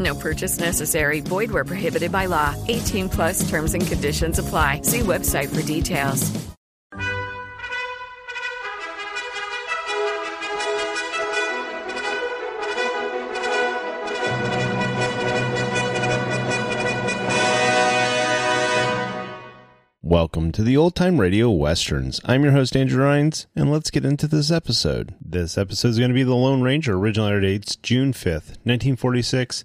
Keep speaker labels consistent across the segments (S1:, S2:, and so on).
S1: No purchase necessary. Void where prohibited by law. 18 plus terms and conditions apply. See website for details.
S2: Welcome to the Old Time Radio Westerns. I'm your host, Andrew Rhines, and let's get into this episode. This episode is going to be The Lone Ranger. Original air dates June 5th, 1946,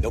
S3: No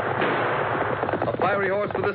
S4: A fiery horse with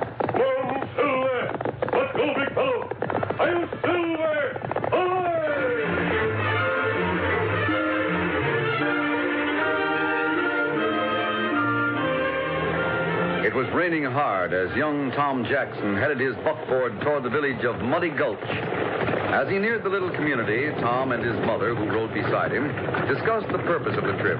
S4: Lone Silver! Let's go, big fellow! I'm Silver! It was raining hard as young Tom Jackson headed his buckboard toward the village of Muddy Gulch. As he neared the little community, Tom and his mother, who rode beside him, discussed the purpose of the trip.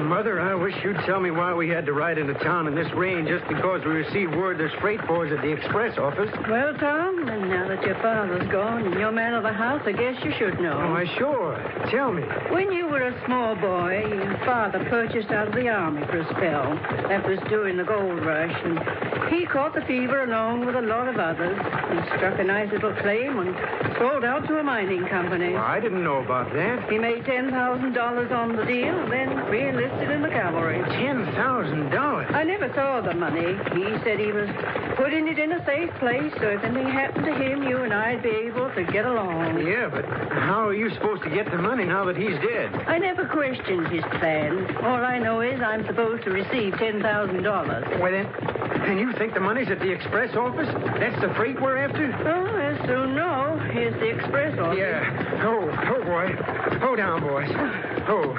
S5: Mother, I wish you'd tell me why we had to ride into town in this rain just because we received word there's freight boards at the express office.
S6: Well, Tom,
S1: And now that your father's gone and you're man of the house, I guess you should know.
S2: Oh, why, sure. Tell me.
S1: When you were a small boy, your father purchased out of the army for a spell. That was during the gold rush, and he caught the fever along with a lot of others. He struck a nice little claim and sold out to a mining company.
S2: Well, I didn't know about that.
S1: He made ten thousand dollars on the deal, and then re-enlisted in the cavalry.
S2: Ten thousand dollars.
S1: I never saw the money. He said he was putting it in a safe place, so if anything happened to him, you and I'd be able to get along.
S2: Yeah, but how are you supposed to get the money now that he's dead?
S1: I never questioned his plan. All I know is I'm supposed to receive ten thousand dollars.
S2: Well then, and you think the money's at the express office? That's the freight we're after?
S1: Oh, as soon know, here's the express office.
S2: Yeah. Oh, oh boy. Hold down, boys. Oh.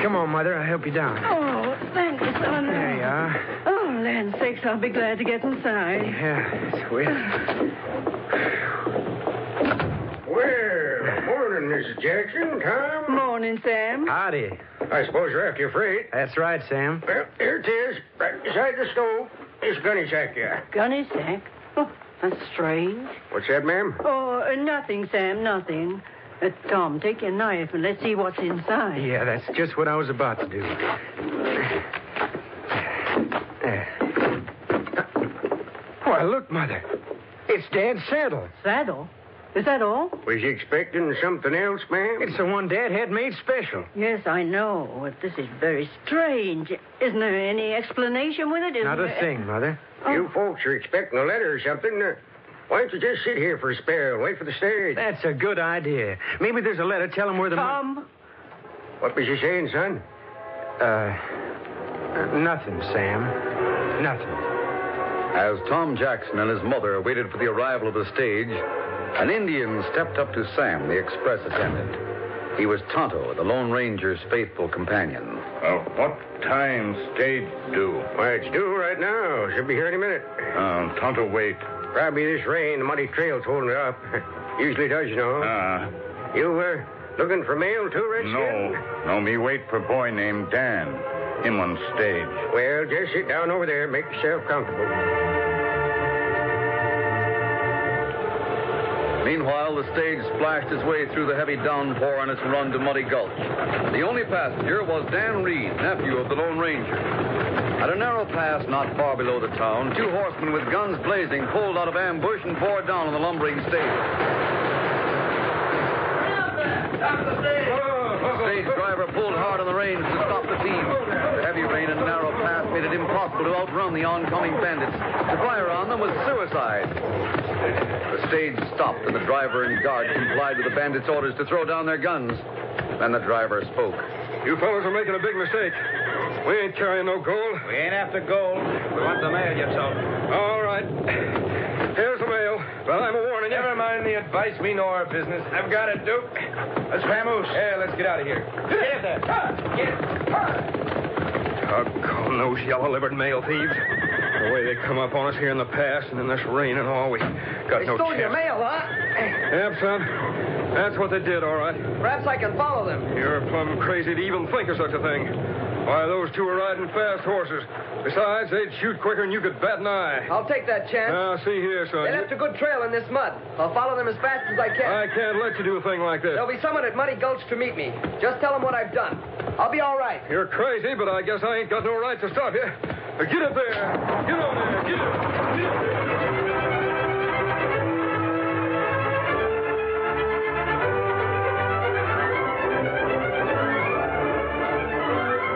S2: Come on, Mother. I'll help you down.
S1: Oh, thank you, son.
S2: There you are.
S1: Oh, land sakes, I'll be glad to get inside.
S2: Yeah, sweet.
S7: Well, morning, Mrs. Jackson. Tom?
S1: Morning, Sam.
S2: Howdy.
S7: I suppose you're after your freight.
S2: That's right, Sam.
S7: Well, here it is, right beside the stove. This gunny sack here.
S1: Gunny sack? Oh, that's strange.
S7: What's that, ma'am?
S1: Oh, uh, nothing, Sam, nothing. Uh, Tom, take your knife and let's see what's inside.
S2: Yeah, that's just what I was about to do. Why, look, Mother. It's Dad's saddle.
S1: Saddle? Is that all?
S7: Was you expecting something else, ma'am?
S2: It's the one Dad had made special.
S1: Yes, I know. But this is very strange. Isn't there any explanation with it? Isn't
S2: Not a
S1: there-
S2: thing, Mother.
S7: You folks are expecting a letter or something. Uh, why don't you just sit here for a spell? Wait for the stage.
S2: That's a good idea. Maybe there's a letter telling where the.
S1: Tom,
S7: What was you saying, son?
S2: Uh, nothing, Sam. Nothing.
S4: As Tom Jackson and his mother waited for the arrival of the stage, an Indian stepped up to Sam, the express attendant. He was Tonto, the Lone Ranger's faithful companion.
S8: Uh, what time stage due?
S7: Why, it's due right now. Should be here any minute.
S8: Uh, Tonto, wait.
S7: Probably this rain, the muddy trail's holding it up. Usually does, you know.
S8: Uh,
S7: You were looking for mail, too, Redskin?
S8: no, no, me wait for boy named Dan. Him on stage.
S7: Well, just sit down over there. Make yourself comfortable.
S4: Meanwhile, the stage splashed its way through the heavy downpour on its run to Muddy Gulch. The only passenger was Dan Reed, nephew of the Lone Ranger. At a narrow pass not far below the town, two horsemen with guns blazing pulled out of ambush and bore down on the lumbering stage. The stage driver pulled hard on the reins to stop the team. The heavy rain and narrow path made it impossible to outrun the oncoming bandits. To fire on them was suicide. The stage stopped, and the driver and guard complied with the bandits' orders to throw down their guns. Then the driver spoke.
S9: You fellows are making a big mistake. We ain't carrying no gold.
S10: We ain't after gold. We want the mail yourself.
S9: All right. Here's the mail. But I'm a warning you.
S10: Never mind the advice. We know our business. I've got it, Duke. Let's vamoose. Yeah, let's get out of here. Get there. Get
S9: Doggone those yellow-livered mail thieves. The way they come up on us here in the pass and in this rain and all, we got
S11: They
S9: no
S11: stole
S9: chance.
S11: your mail, huh?
S9: Yep, son. That's what they did, all right.
S11: Perhaps I can follow them.
S9: You're plumb crazy to even think of such a thing. Why, those two are riding fast horses. Besides, they'd shoot quicker than you could bat an eye.
S11: I'll take that chance.
S9: Now, see here, son.
S11: They left a good trail in this mud. I'll follow them as fast as I can.
S9: I can't let you do a thing like this.
S11: There'll be someone at Muddy Gulch to meet me. Just tell them what I've done. I'll be all right.
S9: You're crazy, but I guess I ain't got no right to stop you. Uh, Get up there. Get on there. Get up. Get up there.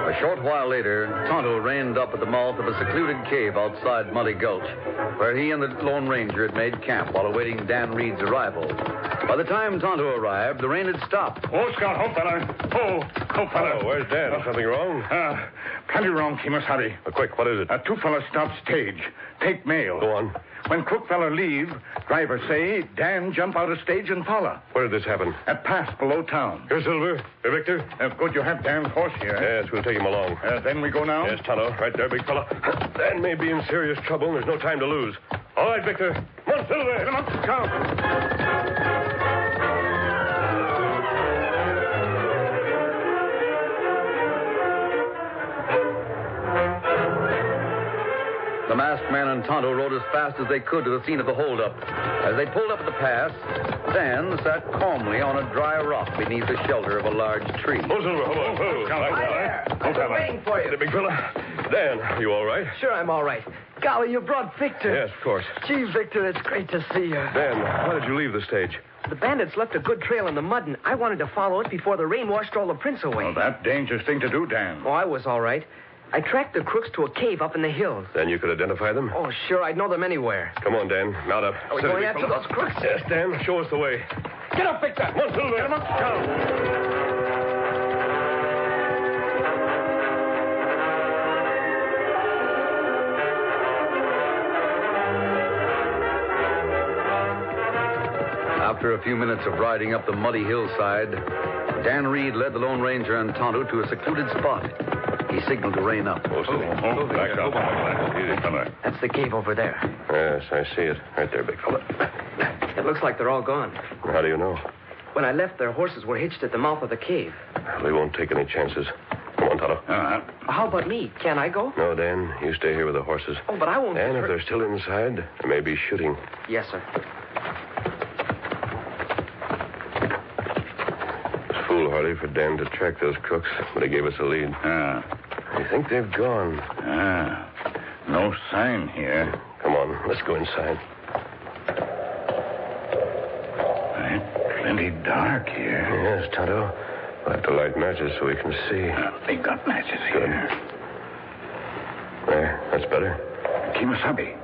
S4: A short while later, Tonto reined up at the mouth of a secluded cave outside Muddy Gulch, where he and the Lone Ranger had made camp while awaiting Dan Reed's arrival. By the time Tonto arrived, the rain had stopped.
S8: Oh, Scott, home,
S12: Uh,
S8: fella. Oh, home, fella.
S4: where's
S8: Dan? something wrong? Uh, plenty wrong, Kimasari. quick, what is it? Uh, two fellas stop stage. Take mail. Go on. When cook fella leave, driver say, Dan jump out of stage and follow.
S13: Where did this happen?
S8: At pass below town.
S13: Here, Silver. Here, Victor.
S8: Uh, good you have Dan's horse here. eh?
S13: Yes, we'll take him along.
S8: Uh, then we go now?
S13: Yes, Tonto. Right there, big fella. Dan may be in serious trouble, and there's no time to lose. All right, Victor. Come on, Silver. Come on,
S4: The
S2: masked man and Tonto rode as fast as they could to the scene of the holdup. As they pulled up at the pass, Dan sat calmly on a dry rock beneath the shelter of a large tree.
S4: Oh, Silver, hold on. Oh,
S2: there.
S4: I've been
S2: waiting
S4: for you. big fella. Dan, are you all right?
S14: Sure, I'm all right. Golly, you brought Victor.
S4: Yes, of course.
S14: Gee, Victor, it's great to see you.
S4: Dan, why did you leave the stage?
S14: The bandits left a good trail in the mud, and I wanted to follow it before the rain washed all the prints away.
S12: Well, that dangerous thing to do, Dan.
S14: Oh, I was all right. I tracked the crooks to a cave up in the hills.
S4: Then you could identify them?
S14: Oh, sure, I'd know them anywhere.
S4: Come on, Dan. Mount up.
S14: Are we
S4: Sit,
S14: going
S4: big
S14: after
S4: fella.
S14: those crooks?
S4: Yes, Dan. Show us the way.
S12: Get up, Victor. One Silver. Get him up.
S2: After a few minutes of riding up the muddy hillside, Dan Reed led the Lone Ranger and Tonto to a secluded spot. He signaled to rein up.
S4: Oh, oh, back up. Easy, fella.
S14: That's the cave over there.
S4: Yes, I see it. Right there, big fella.
S14: It looks like they're all gone.
S4: How do you know?
S14: When I left, their horses were hitched at the mouth of the cave.
S4: Uh, We won't take any chances. Come on, Tonto.
S14: How about me? Can I go?
S4: No, Dan. You stay here with the horses.
S14: Oh, but I won't.
S4: Dan, if they're still inside, they may be shooting.
S14: Yes, sir.
S4: It's foolhardy for Dan to track those crooks, but he gave us a lead.
S12: Ah.
S4: I think they've gone.
S12: Ah. No sign here.
S4: Come on, let's go inside.
S12: Eh? Plenty dark here.
S4: Yes, Tonto. We'll have to light matches so we can see.
S12: They've Uh, got matches here.
S4: There, Eh, that's better.
S12: Kimasabi.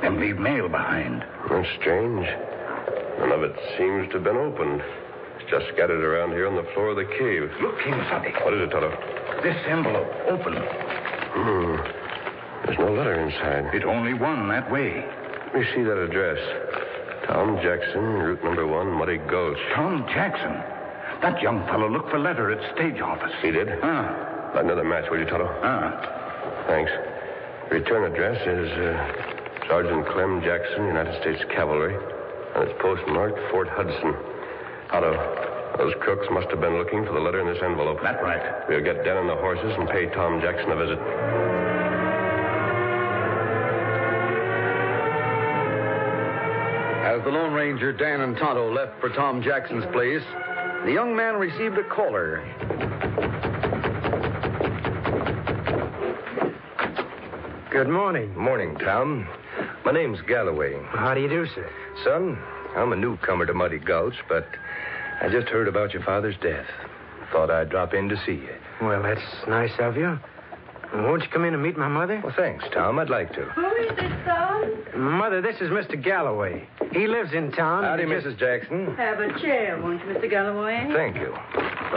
S12: Them leave mail behind.
S4: That's strange. None of it seems to have been opened. It's just scattered around here on the floor of the cave.
S12: Look, Kimasabi.
S4: What is it, Tonto?
S12: This envelope, open.
S4: Hmm. There's no letter inside.
S12: It only one that way.
S4: Let me see that address. Tom Jackson, route number one, Muddy Gulch.
S12: Tom Jackson. That young fellow looked for letter at stage office.
S4: He did?
S12: Ah,
S4: Light another match, will you, Tonto?
S12: ah.
S4: Thanks. Return address is uh, Sergeant Clem Jackson, United States Cavalry, and it's postmarked Fort Hudson. Otto, those crooks must have been looking for the letter in this envelope.
S12: That right.
S4: We'll get Dan and the horses and pay Tom Jackson a visit.
S2: As the Lone Ranger, Dan and Tonto left for Tom Jackson's place, the young man received a caller.
S8: Good morning. Morning, Tom. My name's Galloway.
S14: How do you do, sir?
S8: Son, I'm a newcomer to Muddy Gulch, but I just heard about your father's death. Thought I'd drop in to see you.
S14: Well, that's nice of you. Won't you come in and meet my mother?
S8: Well, thanks, Tom. I'd like to.
S15: Who is it, son?
S14: Mother, this is Mr. Galloway. He lives in town.
S8: Howdy, Mrs. Jackson.
S16: Have a chair, won't you, Mr. Galloway?
S8: Thank you.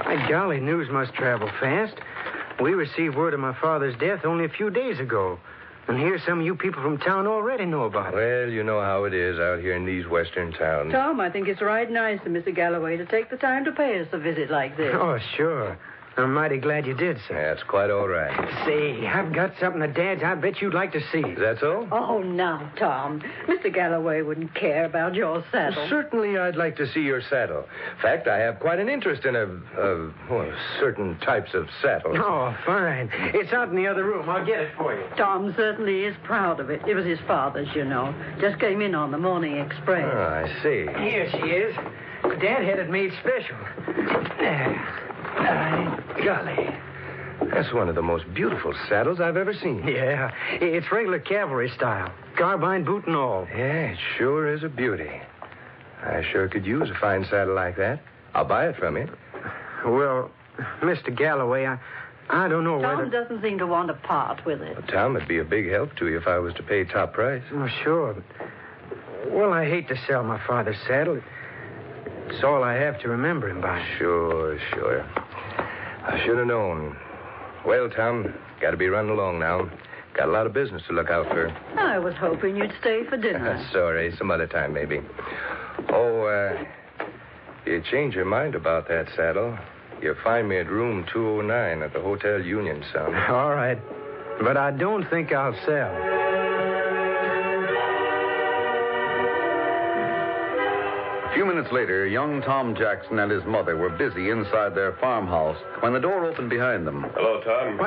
S14: By golly, news must travel fast. We received word of my father's death only a few days ago. And here's some of you people from town already know about it.
S8: Well, you know how it is out here in these western towns.
S16: Tom, I think it's right nice of Mr. Galloway to take the time to pay us a visit like this.
S14: Oh, sure. I'm mighty glad you did, sir.
S8: That's quite all right.
S14: Say, I've got something of Dad's I bet you'd like to see.
S8: That's all?
S16: Oh, now, Tom. Mr. Galloway wouldn't care about your saddle.
S8: Certainly, I'd like to see your saddle. In fact, I have quite an interest in a, a well, oh, certain types of saddles.
S14: Oh, fine. It's out in the other room. I'll get it for you.
S16: Tom certainly is proud of it. It was his father's, you know. Just came in on the morning express.
S8: Ah, I see.
S14: Here she is. Dad had it made special. There. By golly.
S8: That's one of the most beautiful saddles I've ever seen.
S14: Yeah, it's regular cavalry style. Carbine boot and all.
S8: Yeah, it sure is a beauty. I sure could use a fine saddle like that. I'll buy it from you.
S14: Well, Mr. Galloway, I, I don't know
S16: Tom
S14: whether.
S16: doesn't seem to want to part with it.
S8: Tom, it'd be a big help to you if I was to pay top price.
S14: Oh, sure. Well, I hate to sell my father's saddle. It's all I have to remember him by.
S8: Sure, sure. I should have known. Well, Tom, got to be running along now. Got a lot of business to look out for.
S16: I was hoping you'd stay for dinner.
S8: Sorry, some other time maybe. Oh, uh, you change your mind about that saddle. You find me at room 209 at the Hotel Union, son.
S14: All right. But I don't think I'll sell.
S2: A few minutes later, young Tom Jackson and his mother were busy inside their farmhouse when the door opened behind them.
S4: Hello, Tom.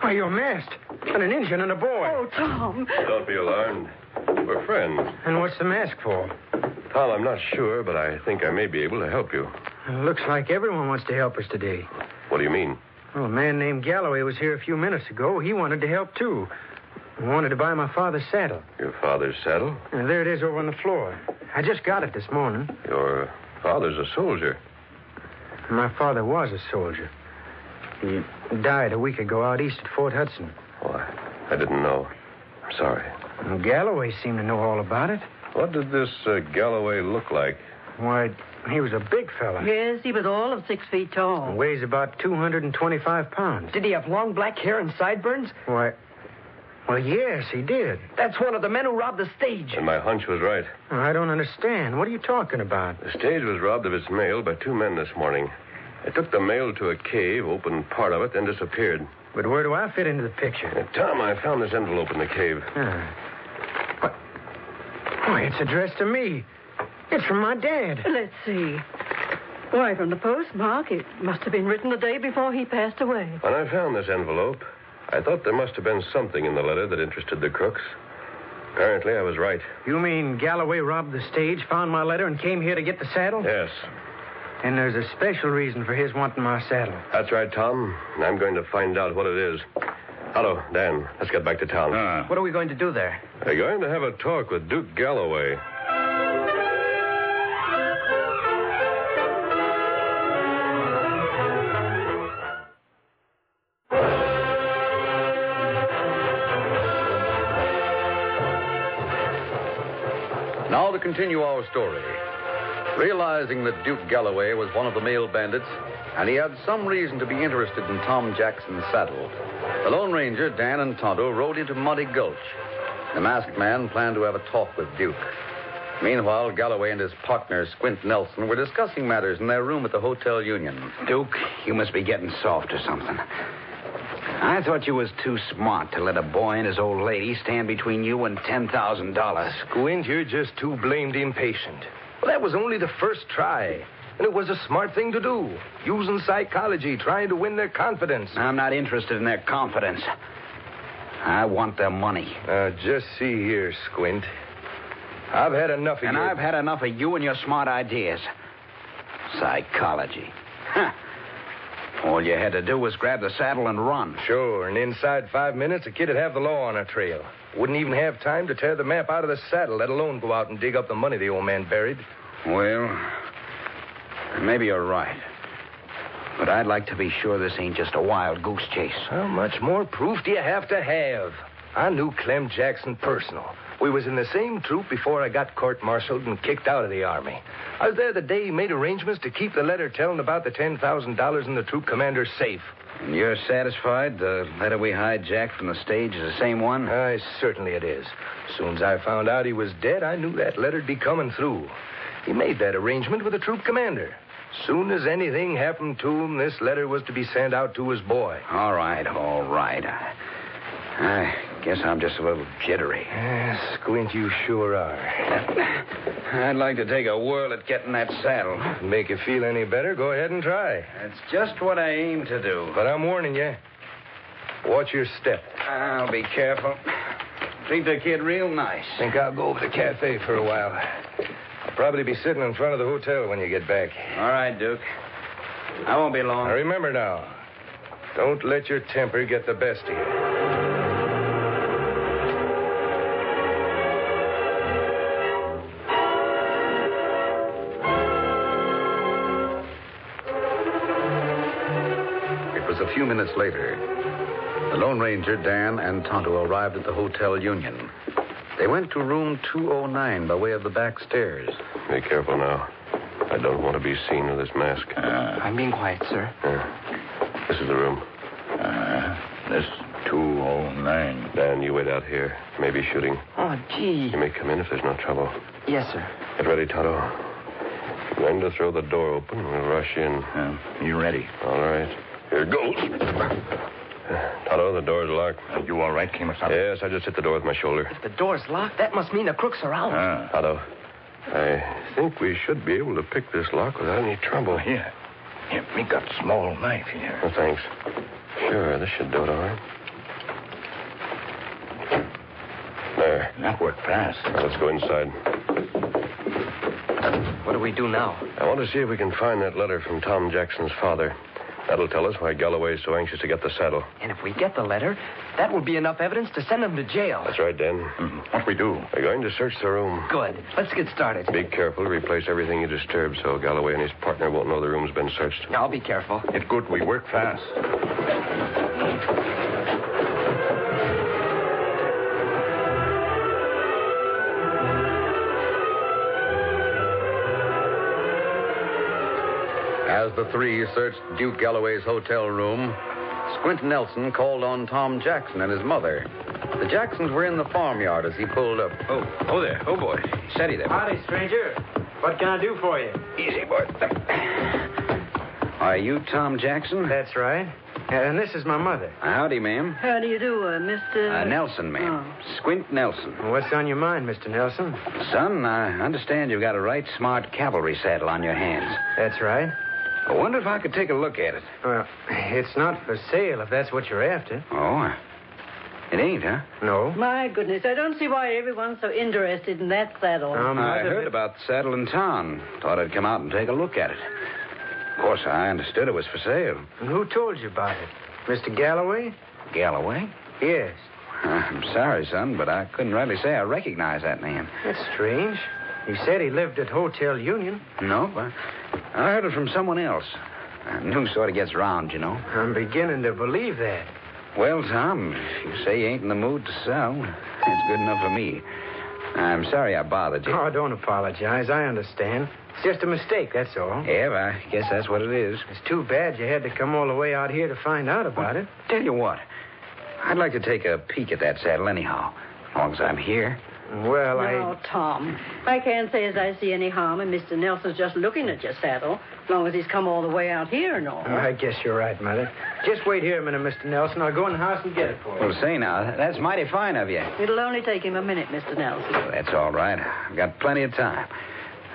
S14: Why, you're masked.
S17: And an engine and a boy.
S1: Oh, Tom.
S8: Don't be alarmed. We're friends.
S17: And what's the mask for?
S8: Tom, I'm not sure, but I think I may be able to help you.
S17: It looks like everyone wants to help us today.
S8: What do you mean?
S17: Well, a man named Galloway was here a few minutes ago. He wanted to help, too. He wanted to buy my father's saddle.
S8: Your father's saddle?
S17: And there it is over on the floor. I just got it this morning.
S8: Your father's a soldier.
S17: My father was a soldier. He died a week ago out east at Fort Hudson.
S8: I didn't know. I'm sorry.
S17: And Galloway seemed to know all about it.
S8: What did this uh, Galloway look like?
S17: Why, he was a big fella.
S1: Yes, he was all of six feet tall.
S17: Weighs about 225 pounds.
S14: Did he have long black hair and sideburns?
S17: Why, well, yes, he did.
S14: That's one of the men who robbed the stage.
S8: And my hunch was right.
S17: I don't understand. What are you talking about?
S8: The stage was robbed of its mail by two men this morning. They took the mail to a cave, opened part of it, then disappeared.
S17: But where do I fit into the picture?
S8: Uh, Tom, I found this envelope in the cave.
S17: Why, it's addressed to me. It's from my dad.
S1: Let's see. Why, from the postmark, it must have been written the day before he passed away.
S8: When I found this envelope, I thought there must have been something in the letter that interested the crooks. Apparently, I was right.
S17: You mean Galloway robbed the stage, found my letter, and came here to get the saddle?
S8: Yes.
S17: And there's a special reason for his wanting my saddle.
S8: That's right, Tom. And I'm going to find out what it is. Otto, Dan, let's get back to town.
S14: What are we going to do there?
S8: We're going to have a talk with Duke Galloway.
S18: Now to continue our story. Realizing that Duke Galloway was one of the mail bandits, and he had some reason to be interested in Tom Jackson's saddle, the Lone Ranger, Dan, and Tonto rode into Muddy Gulch. The masked man planned to have a talk with Duke. Meanwhile, Galloway and his partner, Squint Nelson, were discussing matters in their room at the Hotel Union.
S4: Duke, you must be getting soft or something. I thought you was too smart to let a boy and his old lady stand between you and ten thousand dollars.
S19: Squint, you're just too blamed impatient. Well, that was only the first try. And it was a smart thing to do. Using psychology, trying to win their confidence.
S4: I'm not interested in their confidence. I want their money.
S19: Uh, just see here, Squint. I've had enough of
S4: And
S19: your-
S4: I've had enough of you and your smart ideas. Psychology. Huh. All you had to do was grab the saddle and run.
S19: Sure, and inside five minutes, a kid'd have the law on her trail. Wouldn't even have time to tear the map out of the saddle, let alone go out and dig up the money the old man buried.
S4: Well, maybe you're right. But I'd like to be sure this ain't just a wild goose chase.
S19: How much more proof do you have to have? I knew Clem Jackson personal. We was in the same troop before I got court-martialed and kicked out of the army. I was there the day he made arrangements to keep the letter telling about the ten thousand dollars in the troop commander's safe.
S4: And you're satisfied the letter we hijacked from the stage is the same one?
S19: Aye, certainly it is. Soon as I found out he was dead, I knew that letter'd be coming through. He made that arrangement with the troop commander. Soon as anything happened to him, this letter was to be sent out to his boy.
S4: All right, all right. I, I guess I'm just a little jittery.
S19: Yes, Squint, you sure are.
S4: I'd like to take a whirl at getting that saddle.
S19: Make you feel any better, go ahead and try.
S4: That's just what I aim to do.
S19: But I'm warning you. Watch your step.
S4: I'll be careful. Treat the kid real nice.
S19: Think I'll go over to the cafe for a while. I'll probably be sitting in front of the hotel when you get back.
S4: All right, Duke. I won't be long.
S19: Now remember now, don't let your temper get the best of you.
S18: It was a few minutes later. The Lone Ranger, Dan, and Tonto arrived at the Hotel Union. They went to room 209 by way of the back stairs.
S8: Be careful now. I don't want to be seen with this mask.
S14: I'm being quiet, sir.
S8: Yeah. This is the room.
S20: This 209.
S8: Dan, you wait out here. Maybe shooting.
S14: Oh, gee.
S8: You may come in if there's no trouble.
S14: Yes, sir.
S8: Get ready, Tonto. I'm going to throw the door open. We'll rush in.
S20: you ready?
S8: All right. Here goes. Tonto, the door's locked.
S20: Are you all right, Kimasabi?
S8: Yes, I just hit the door with my shoulder.
S14: The door's locked. That must mean the crooks are out.
S4: Uh.
S20: Ah.
S8: Tonto, I think we should be able to pick this lock without any trouble.
S20: Here. Here, me got small knife here.
S8: Oh, thanks. Sure, this should do it all right.
S21: There. That worked fast. Let's go inside.
S22: What do we do now?
S21: I want to see if we can find that letter from Tom Jackson's father. That'll tell us why Galloway is so anxious to get the saddle.
S22: And if we get the letter, that will be enough evidence to send him to jail.
S21: That's right, Dan. What we do? Mm-hmm. We're going to search the room.
S22: Good. Let's get started.
S21: Be careful. Replace everything you disturb so Galloway and his partner won't know the room's been searched.
S22: I'll be careful.
S21: It good. We work fast.
S4: As the three searched Duke Galloway's hotel room, Squint Nelson called on Tom Jackson and his mother. The Jacksons were in the farmyard as he pulled up. Oh, oh there. Oh, boy. Steady there.
S14: Howdy, stranger. What can I do for you? Easy, boy.
S8: Are you Tom Jackson?
S14: That's right. And this is my mother.
S8: Uh, Howdy, ma'am.
S23: How do you do, uh, Oh. Mr.
S8: Uh, Nelson, ma'am. Squint Nelson.
S14: What's on your mind, Mr. Nelson?
S8: Son, I understand you've got a right smart cavalry saddle on your hands.
S14: That's right.
S8: I wonder if I could take a look at it.
S14: Well, it's not for sale if that's what you're after.
S8: Oh, I- it ain't, huh?
S14: No.
S23: My goodness, I don't see why everyone's so interested in that saddle.
S8: I heard about the saddle in town. Thought I'd come out and take a look at it. Of course, I understood it was for sale.
S14: And who told you about it? Mr. Galloway?
S8: Galloway?
S14: Yes.
S8: I'm sorry, son, but I couldn't rightly say I recognize that name.
S14: That's strange. He said he lived at Hotel Union.
S8: No, I, I heard it from someone else. Uh, News sort of gets round, you know.
S14: I'm beginning to believe that.
S8: Well, Tom, if you say you ain't in the mood to sell, it's good enough for me. I'm sorry I bothered you.
S14: Oh, don't apologize. I understand. It's just a mistake, that's all.
S8: Yeah, well, I guess that's what it is.
S14: It's too bad you had to come all the way out here to find out about it.
S8: Tell you what, I'd like to take a peek at that saddle anyhow, as long as I'm here.
S14: Well,
S23: Oh, Tom, I can't say as I see any harm in Mr. Nelson's just looking at your saddle, as long as he's come all the way out here and all.
S14: I guess you're right, Mother. Just wait here a minute, Mr. Nelson. I'll go in the house and get it for you.
S8: Well, say now, that's mighty fine of you.
S23: It'll only take him a minute, Mr. Nelson.
S8: That's all right. I've got plenty of time.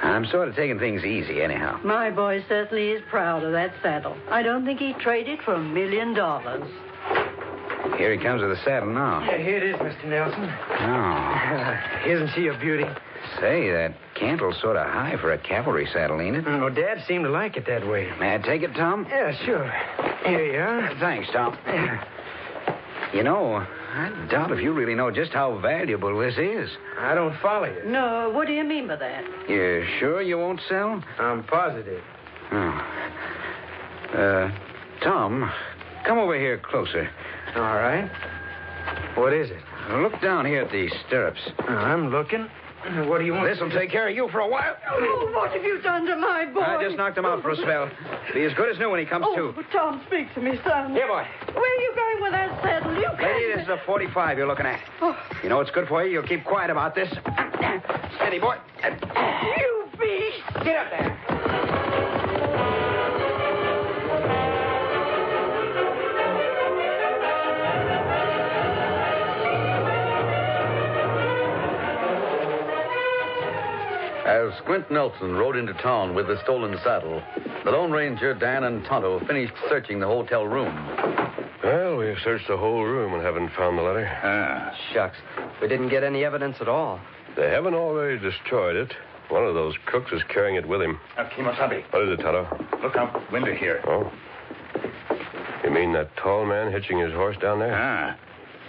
S8: I'm sort of taking things easy, anyhow.
S23: My boy certainly is proud of that saddle. I don't think he'd trade it for a million dollars.
S8: Here he comes with the saddle now.
S14: Yeah, here it is, Mr. Nelson.
S8: Oh.
S14: Isn't she a beauty?
S8: Say, that cantle's sort of high for a cavalry saddle, ain't it?
S14: Oh, Dad seemed to like it that way.
S8: May I take it, Tom?
S14: Yeah, sure. Here you are.
S8: Thanks, Tom. You know, I doubt if you really know just how valuable this is.
S14: I don't follow you.
S23: No, what do you mean by that?
S8: You sure you won't sell?
S14: I'm positive.
S8: Oh. Uh, Tom, come over here closer.
S14: All right. What is it?
S8: Look down here at these stirrups.
S14: I'm looking. What do you want?
S8: This'll take care of you for a while.
S23: Oh, what have you done to my boy?
S8: I just knocked him out for a spell. Be as good as new when he comes
S23: Oh,
S8: to.
S23: Tom, speak to me, son.
S8: Here, boy.
S23: Where are you going with that saddle? You can't.
S8: Lady, this is a 45 you're looking at. You know it's good for you. You'll keep quiet about this. Steady, boy.
S23: You beast!
S8: Get up there.
S4: As Squint Nelson rode into town with the stolen saddle, the Lone Ranger, Dan, and Tonto finished searching the hotel room.
S21: Well, we've Oh, searched the whole room and haven't found the letter. Ah.
S22: Shucks. We didn't get any evidence at all.
S21: They haven't already destroyed it. One of those crooks is carrying it with him.
S24: Uh, Kemosabe,
S21: What is it, Tonto?
S24: look out window here.
S21: Oh. You mean that tall man hitching his horse down there?
S24: Ah,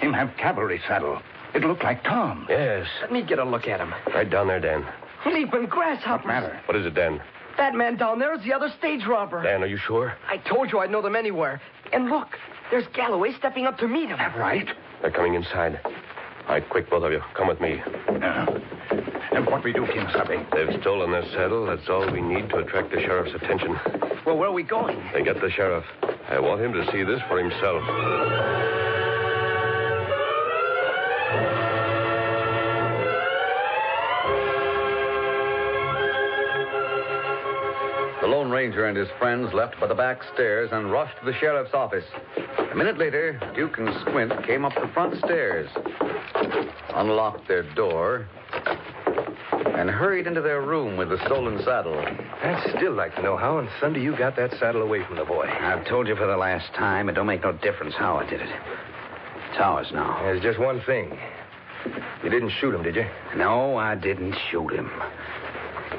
S24: him have cavalry saddle. It look like Tom.
S21: Yes.
S22: Let me get a look at him.
S21: Right down there, Dan.
S22: Leaping grasshoppers.
S21: Matter. What is it, Dan?
S22: That man down there is the other stage robber.
S21: Dan, are you sure?
S22: I told you I'd know them anywhere. And look, there's Galloway stepping up to meet him.
S24: Right.
S21: They're coming inside. All right, quick, both of you. Come with me.
S24: And what we do, Kemosabe?
S21: They've stolen their saddle. That's all we need to attract the sheriff's attention.
S22: Well, where are we going?
S21: They get the sheriff. I want him to see this for himself.
S4: The Lone Ranger and his friends left by the back stairs and rushed to the sheriff's office. A minute later, Duke and Squint came up the front stairs, unlocked their door, and hurried into their room with the stolen saddle.
S22: I'd still like to know how on Sunday you got that saddle away from the boy.
S8: I've told you for the last time, it don't make no difference how I did it. It's ours now.
S22: There's just one thing.
S4: You didn't shoot him, did you?
S8: No, I didn't shoot him.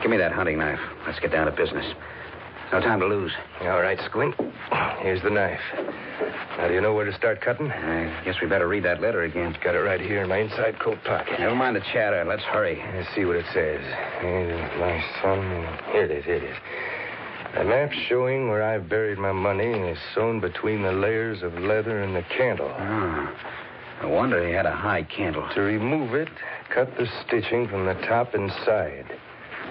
S8: Give me that hunting knife. Let's get down to business. No time to lose.
S4: All right, Squint. Here's the knife. Now, do you know where to start cutting?
S8: I guess we better read that letter again.
S4: Got it right here in my inside coat pocket.
S8: Never mind the chatter. Let's hurry.
S4: Let's see what it says. Here's my son. Here it is. Here it is. A map showing where I buried my money and is sewn between the layers of leather and the candle.
S8: No wonder he had a high candle.
S4: To remove it, cut the stitching from the top and side.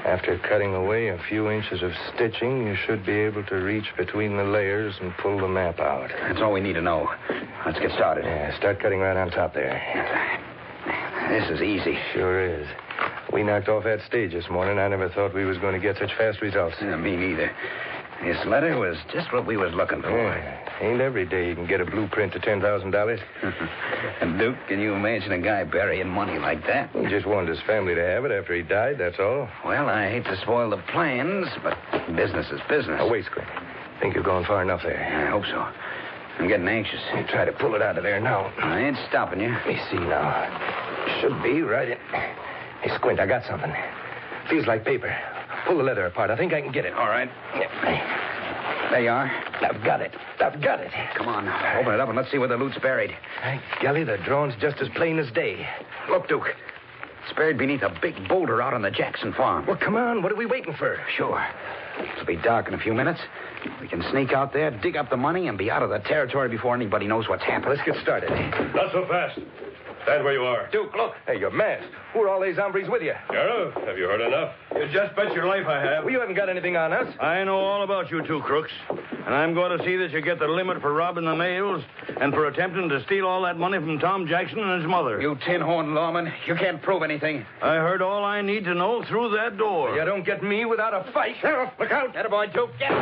S4: After cutting away a few inches of stitching, you should be able to reach between the layers and pull the map out.
S8: That's all we need to know. Let's get started.
S4: Yeah, start cutting right on top there.
S8: This is easy.
S4: Sure is. We knocked off that stage this morning. I never thought we was going to get such fast results.
S8: Yeah, me neither. This letter was just what we was looking for.
S4: Yeah. Ain't every day you can get a blueprint to ten thousand dollars.
S8: And Duke, can you imagine a guy burying money like that?
S4: He just wanted his family to have it after he died. That's all.
S8: Well, I hate to spoil the plans, but business is business.
S4: Oh, wait, Squint. Think you're going far enough there?
S8: I hope so. I'm getting anxious.
S4: You try to pull it out of there now.
S8: I ain't stopping you.
S4: Let me see now. Should be right in. Hey, Squint, I got something. Feels like paper. Pull the leather apart. I think I can get it.
S8: All right. There you are.
S4: I've got it. I've got it.
S8: Come on. Open it up and let's see where the loot's buried.
S4: Hey, Gully, the drawing's just as plain as day.
S8: Look, Duke. It's buried beneath a big boulder out on the Jackson farm.
S4: Well, come on. What are we waiting for?
S8: Sure. It'll be dark in a few minutes.
S4: Uh,
S8: We can sneak out there, dig up the money, and be out of the territory before anybody knows what's happened.
S4: Let's get started.
S19: Not so fast. Stand where you are.
S4: Duke, look. Hey, you're masked. Who are all these hombres with you?
S19: Sheriff, have you heard enough?
S25: You just bet your life I have.
S4: Well, you haven't got anything on us.
S25: I know all about you two crooks, and I'm going to see that you get the limit for robbing the mails and for attempting to steal all that money from Tom Jackson and his mother.
S8: You tin horn lawman, you can't prove anything.
S25: I heard all I need to know through that door.
S4: You don't get me without a fight.
S25: Sheriff, look out.
S4: That boy, Duke.
S25: Get
S26: Oh,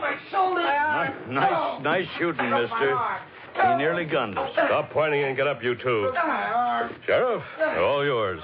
S26: my shoulder!
S25: Nice,
S19: Oh.
S25: nice shooting, mister. He nearly gunned us.
S19: Stop pointing and get up, you two. Sheriff, they're all yours.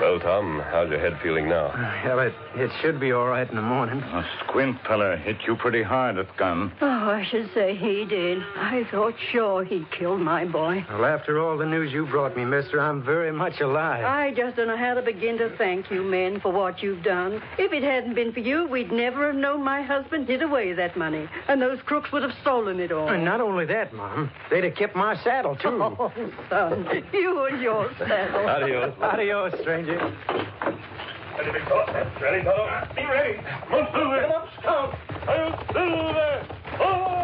S27: Well, Tom, how's your head feeling now?
S28: Yeah, but it should be all right in the morning.
S26: A squint fella hit you pretty hard, that gun.
S29: Oh, I should say he did. I thought sure he killed my boy.
S28: Well, after all the news you brought me, mister, I'm very much alive.
S29: I just don't know how to begin to thank you men for what you've done. If it hadn't been for you, we'd never have known my husband hid away that money, and those crooks would have stolen it all.
S28: And not only that, Mom, they'd have kept my saddle, too.
S29: Oh, son, you and your saddle.
S19: Adios.
S28: Adios, stranger.
S19: Ready, big fella? Ready, fellow? Be ready. Move through there. Up, stop. Move through there. Oh!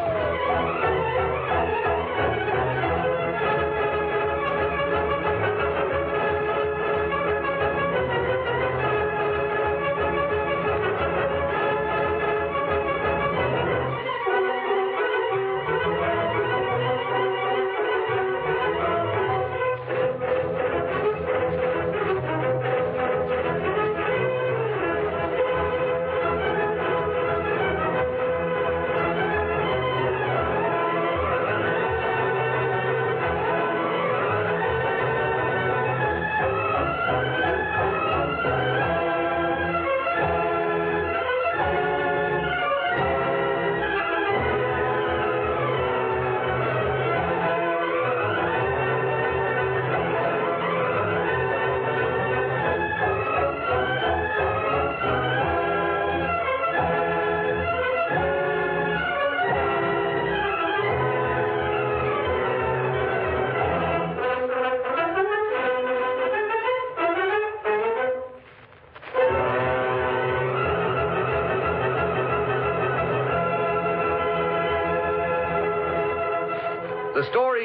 S30: The story